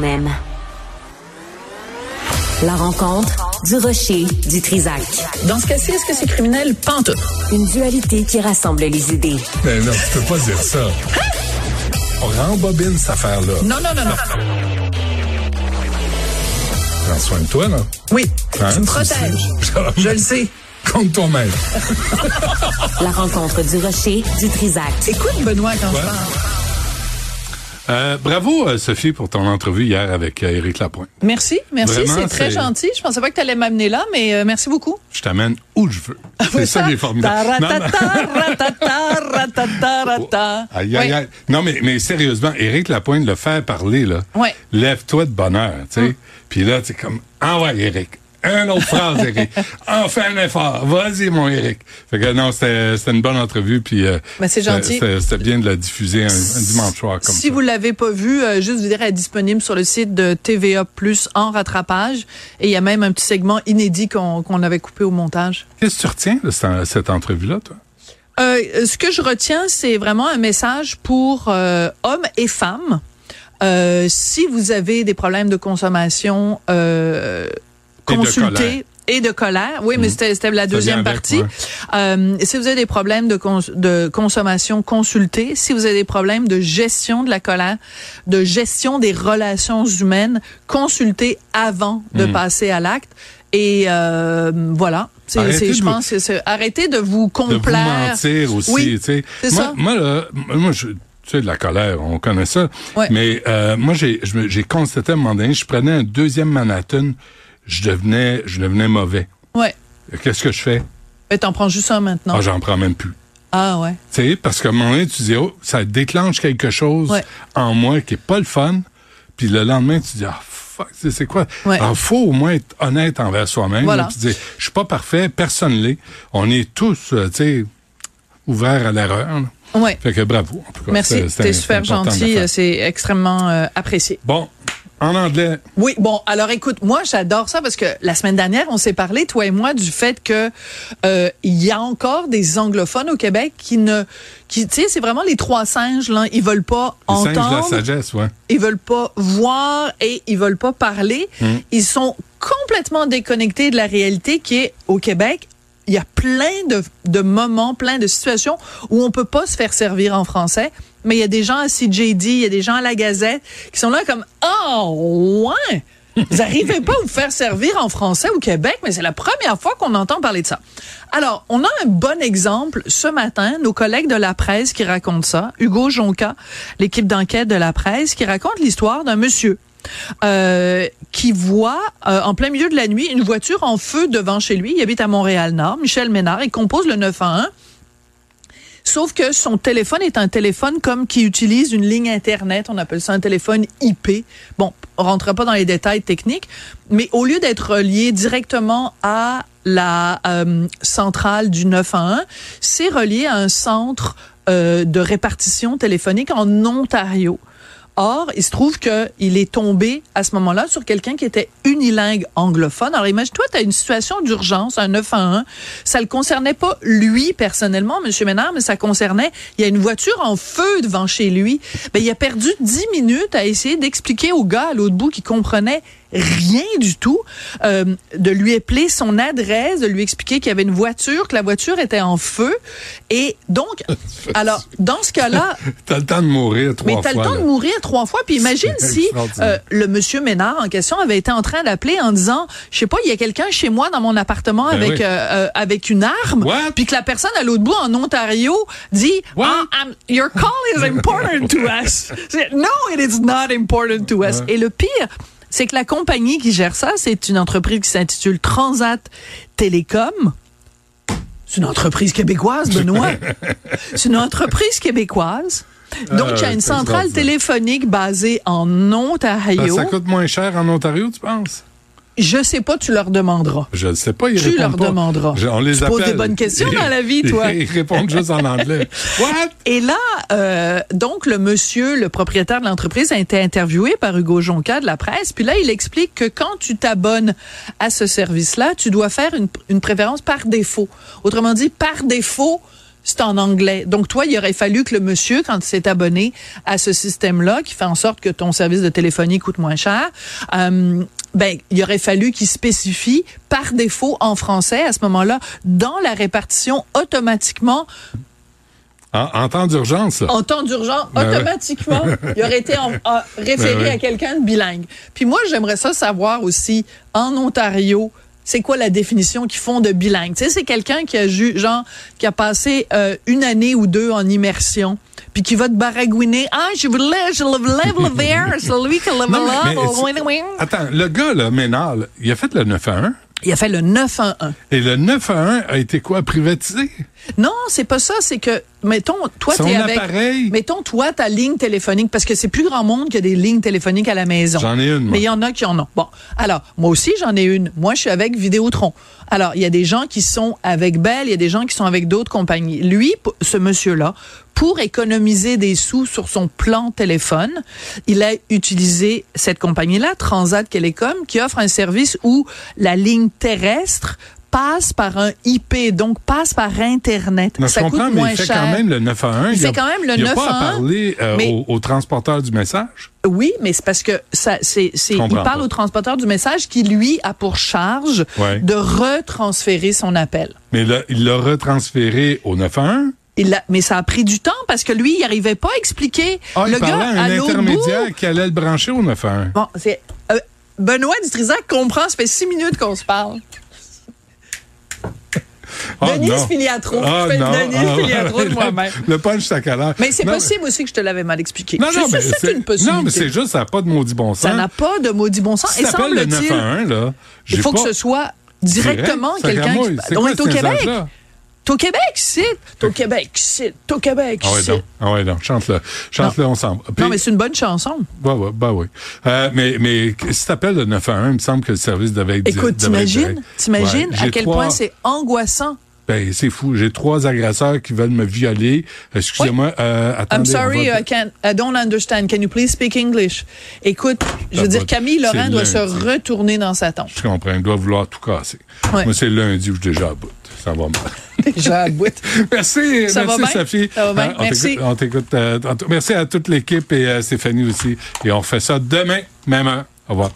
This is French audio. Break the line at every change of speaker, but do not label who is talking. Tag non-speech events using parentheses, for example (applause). même. La rencontre du rocher du Trisac.
Dans ce cas-ci, est-ce que c'est criminel? Pente.
Une dualité qui rassemble les idées.
Mais Ben non, tu peux pas dire ça. On rembobine cette affaire-là.
Non, non, non, non.
Prends soin de toi, là.
Oui,
Hein,
Ah,
tu me
c'est- (laughs)
protèges.
c'est-
Je le sais.
Compte toi-même.
La rencontre du rocher du Trisac.
Écoute, Benoît, quand
Ouais.
je parle.
Euh, bravo, euh, Sophie, pour ton entrevue hier avec euh, Éric Lapointe.
Merci, merci,
Vraiment,
c'est très
c'est-
gentil. Je pensais pas que tu allais m'amener là, mais euh, merci beaucoup.
Je t'amène où je veux. (laughs)
Ah,
C'est ça qui est formidable. Non, mais-
Taratata, (laughs) ratata, ratata, ratata.
Aïe, aïe,
Oui.
aïe. Non, mais, mais sérieusement, Éric Lapointe le faire parler, là.
Ouais.
Lève-toi de bonheur, tu
Hum.
sais. Puis là, c'est comme, envoie Éric. Un autre phrase,
(laughs)
Éric. Enfin un effort. Vas-y, mon Éric. Fait que non, c'était c'était une bonne entrevue. Puis, euh,
Ben, c'est
c'était-
gentil.
C'était c'était bien de la diffuser un, un dimanche soir comme
si
ça.
vous l'avez pas vu, euh, juste vous dire, elle est disponible sur le site de TVA Plus en rattrapage. Et il y a même un petit segment inédit qu'on qu'on avait coupé au montage.
Qu'est-ce que tu retiens de cette, cette entrevue-là, toi?
Euh, ce que je retiens, c'est vraiment un message pour euh, hommes et femmes. Euh, si vous avez des problèmes de consommation, euh,
Et de
consultez.
colère. Mhm.
Et de colère. Oui, mais c'était c'était la deuxième
vient avec,
partie.
ouais.
Euh, si vous avez des problèmes de, cons- de consommation, consultez. Si vous avez des problèmes de gestion de la colère, de gestion des relations humaines, consultez avant de
Mhm.
passer à l'acte. Et euh, voilà. C'est,
Arrêtez
c'est-
de
je
vous-
pense que c'est- arrêtez de vous
de vous
complaire.
mentir aussi.
Oui,
tu sais.
c'est
moi,
ça.
moi, là, moi, je, tu sais, de la colère, on connaît ça.
Ouais.
Mais euh, moi, j'ai, je me- j'ai constaté à un moment donné, je prenais un deuxième Manhattan, je devenais, je devenais mauvais.
Ouais.
Qu'est-ce que je fais?
Mais t'en prends juste un maintenant.
Ah, j'en prends même plus.
Ah ouais.
Tu sais, parce qu'à un moment donné, tu dis, oh, ça déclenche quelque chose
Ouais.
en moi qui est pas le fun. Puis le lendemain, tu dis, ah, fuck, c'est c'est quoi?
Ouais.
Alors, faut au moins être honnête envers soi-même.
Voilà.
Puis dire, je suis pas parfait, personne l'est. On est tous, euh, tu sais, ouverts à l'erreur. là.
Ouais.
Fait que bravo. En tout cas,
Merci.
c'est- c'est
T'es
un-
super
c'est important de le
gentil.
faire.
euh, C'est extrêmement euh, apprécié.
Bon, en anglais,
Oui, bon, alors écoute, moi j'adore ça parce que la semaine dernière, on s'est parlé, toi et moi, du fait que euh, il y a encore des anglophones au Québec qui ne, qui, tu sais, c'est vraiment les trois singes là, ils veulent pas
les singes de la
entendre,
sagesse, ouais.
ils veulent pas voir et ils veulent pas parler. Ils sont complètement déconnectés de la réalité qui est au Québec. Il y a plein de, de moments, plein de situations où on peut pas se faire servir en français. Mais il y a des gens à CJD, il y a des gens à la Gazette qui sont là comme oh ouais, vous n'arrivez pas à vous faire servir en français au Québec, mais c'est la première fois qu'on entend parler de ça. Alors, on a un bon exemple ce matin, nos collègues de la presse qui racontent ça, Hugo Jonca, l'équipe d'enquête de la presse, qui raconte l'histoire d'un monsieur euh, qui voit euh, en plein milieu de la nuit une voiture en feu devant chez lui. Il habite à Montréal-Nord, Michel Ménard, il compose le 911. Sauf que son téléphone est un téléphone comme qui utilise une ligne Internet. On appelle ça un téléphone IP. Bon, on rentre pas dans les détails techniques, mais au lieu d'être relié directement à la euh, centrale du 911, c'est relié à un centre euh, de répartition téléphonique en Ontario. Or, il se trouve qu'il est tombé à ce moment-là sur quelqu'un qui était unilingue anglophone. Alors, imagine-toi, tu as une situation d'urgence, un 9 à 1. Ça le concernait pas lui personnellement, M. Ménard, mais ça concernait, il y a une voiture en feu devant chez lui. Ben, il a perdu 10 minutes à essayer d'expliquer au gars à l'autre bout qui comprenait rien du tout, euh, de lui épeler son adresse, de lui expliquer qu'il y avait une voiture, que la voiture était en feu. Et donc, alors, dans ce cas-là,
T'as le temps de mourir trois
mais
fois.
t'as le temps
là.
de mourir trois fois. Puis imagine
C'est
si
extraordinaire.
euh, le monsieur Ménard en question avait été en train d'appeler en disant, je sais pas, il y a quelqu'un chez moi dans mon appartement
Ben
avec
oui.
euh, euh, avec une arme.
What?
Puis que la personne à l'autre bout en Ontario dit,
What?
Ah, I'm- your call is important to us. C'est, no, it is not important to us. Et le pire. C'est que la compagnie qui gère ça, c'est une entreprise qui s'intitule Transat Télécom. C'est une entreprise québécoise,
(laughs)
Benoît. C'est une entreprise québécoise. Donc, il y a
Ah,
une
c'est
centrale
extraordinaire.
téléphonique basée en
Ben,
Ontario.
ça coûte moins cher en Ontario, tu penses?
Je sais pas, tu leur demanderas.
Je ne sais pas, ils
Tu
répondent
leur
pas.
demanderas.
Je- on les
Tu
appelle.
poses des bonnes questions dans la vie, toi.
(laughs) ils répondent juste
(laughs)
en anglais. What?
Et là, euh, donc, le monsieur, le propriétaire de l'entreprise, a été interviewé par Hugo Jonca de la presse. Puis là, il explique que quand tu t'abonnes à ce service-là, tu dois faire une, une préférence par défaut. Autrement dit, par défaut, c'est en anglais. Donc, toi, il aurait fallu que le monsieur, quand il s'est abonné à ce système-là, qui fait en sorte que ton service de téléphonie coûte moins cher, euh, ben, il aurait fallu qu'il spécifie par défaut en français à ce moment-là dans la répartition automatiquement
En, en temps d'urgence, là.
en temps d'urgence,
Ben ouais.
automatiquement, il aurait été en- en- référé
Ben ouais.
à quelqu'un de bilingue. Puis moi, j'aimerais ça savoir aussi, en Ontario, c'est quoi la définition qu'ils font de bilingue? Tu sais, c'est quelqu'un qui a ju- genre, qui a passé euh, une année ou deux en immersion, puis qui va te baragouiner. Ah, je voulais, je le level there, c'est lui qui le
Non, mais-
oh,
mais c'est-
level up.
Attends, le gars, là, Ménard, là, il a fait le 9 à 1.
Il a fait le 911.
Et le 9 à 1 a été quoi? Privatisé?
Non, c'est pas ça. C'est que, mettons, toi,
Son
t'es avec.
appareil.
Mettons, toi, ta ligne téléphonique, parce que c'est plus grand monde que des lignes téléphoniques à la maison.
J'en ai une, moi.
Mais il y en a qui en ont. Bon. Alors, moi aussi, j'en ai une. Moi, je suis avec Vidéotron. Alors, il y a des gens qui sont avec Bell, il y a des gens qui sont avec d'autres compagnies. Lui, p- ce monsieur-là, pour économiser des sous sur son plan téléphone, il a utilisé cette compagnie-là, Transat Telecom, qui offre un service où la ligne terrestre passe par un IP, donc passe par Internet.
Non,
ça
je
coûte
comprends, mais
moins
il fait
cher.
quand même le 9 à 1.
Il
a-
fait quand même le
il a
9
pas
à
à
1,
parler euh,
mais-
au, au transporteur du message.
Oui, mais c'est parce que ça, c'est, c'est, il
comprends
parle
pas.
au transporteur du message qui, lui, a pour charge
Ouais.
de retransférer son appel.
Mais là, il l'a retransféré au 9 à 1.
Il l'a- mais ça a pris du temps parce que lui, il n'arrivait pas à expliquer.
Ah, il
le
parlait
gars,
à un
l'autre bout-
intermédiaire qui allait le brancher au 9 à 1.
Bon, c'est, euh, Benoît Dutrisac comprend, ça fait six minutes qu'on se parle.
Ah,
Denise
non.
Filiatro.
Ah,
je fais
non.
Denise
Ah,
Filiatro de
ouais,
moi-même.
(laughs) Le punch saccalage.
Mais c'est
Non,
possible aussi que je te l'avais mal expliqué.
Non, non,
C'est-
mais
c'est,
c'est-
une possibilité.
Non, mais c'est juste, ça n'a pas de maudit bon sens.
ça n'a pas de maudit bon sens.
Si
Et
t'appelles le 9
semble-t-il,
à 1, là,
il
j'ai
faut
pas-
que ce soit directement
Direct,
quelqu'un
sacramouille.
qui.
C'est
On
quoi
est
ce
au Québec.
message-là?
T'es au Québec, c'est. T'es au Québec, c'est. T'es au Québec,
Ah ouais,
c'est.
donc. Ah ouais, donc. Chante-le. Chante-le ensemble. Puis-
Non, mais c'est une bonne chanson.
Bah oui, bah oui. Euh, mais, mais si t'appelles le 911, il me semble que le service devait être...
Écoute,
devrait être
t'imagines,
direct.
t'imagines
Ouais,
à
j'ai
quel
trois-
point c'est angoissant.
Ben, c'est fou. J'ai trois agresseurs qui veulent me violer. Excusez-moi, euh, attendez.
I'm
on
sorry,
va-
I, can't, I don't understand. Can you please speak English? Écoute, je veux dire,
va-
Camille Laurent
c'est
doit se
lundi.
retourner dans sa
(laughs)
tombe.
Je comprends, il doit vouloir tout casser.
Ouais.
Moi, c'est lundi où je suis déjà à bout. Ça va mal. (laughs)
Déjà à bout.
Merci,
Ça va
merci
bien?
Sophie.
Ça va bien,
Hein, on
merci.
t'écoute- On t'écoute. euh, tantôt. merci à toute l'équipe et à Stéphanie aussi. Et on refait ça demain, même heure. Au revoir.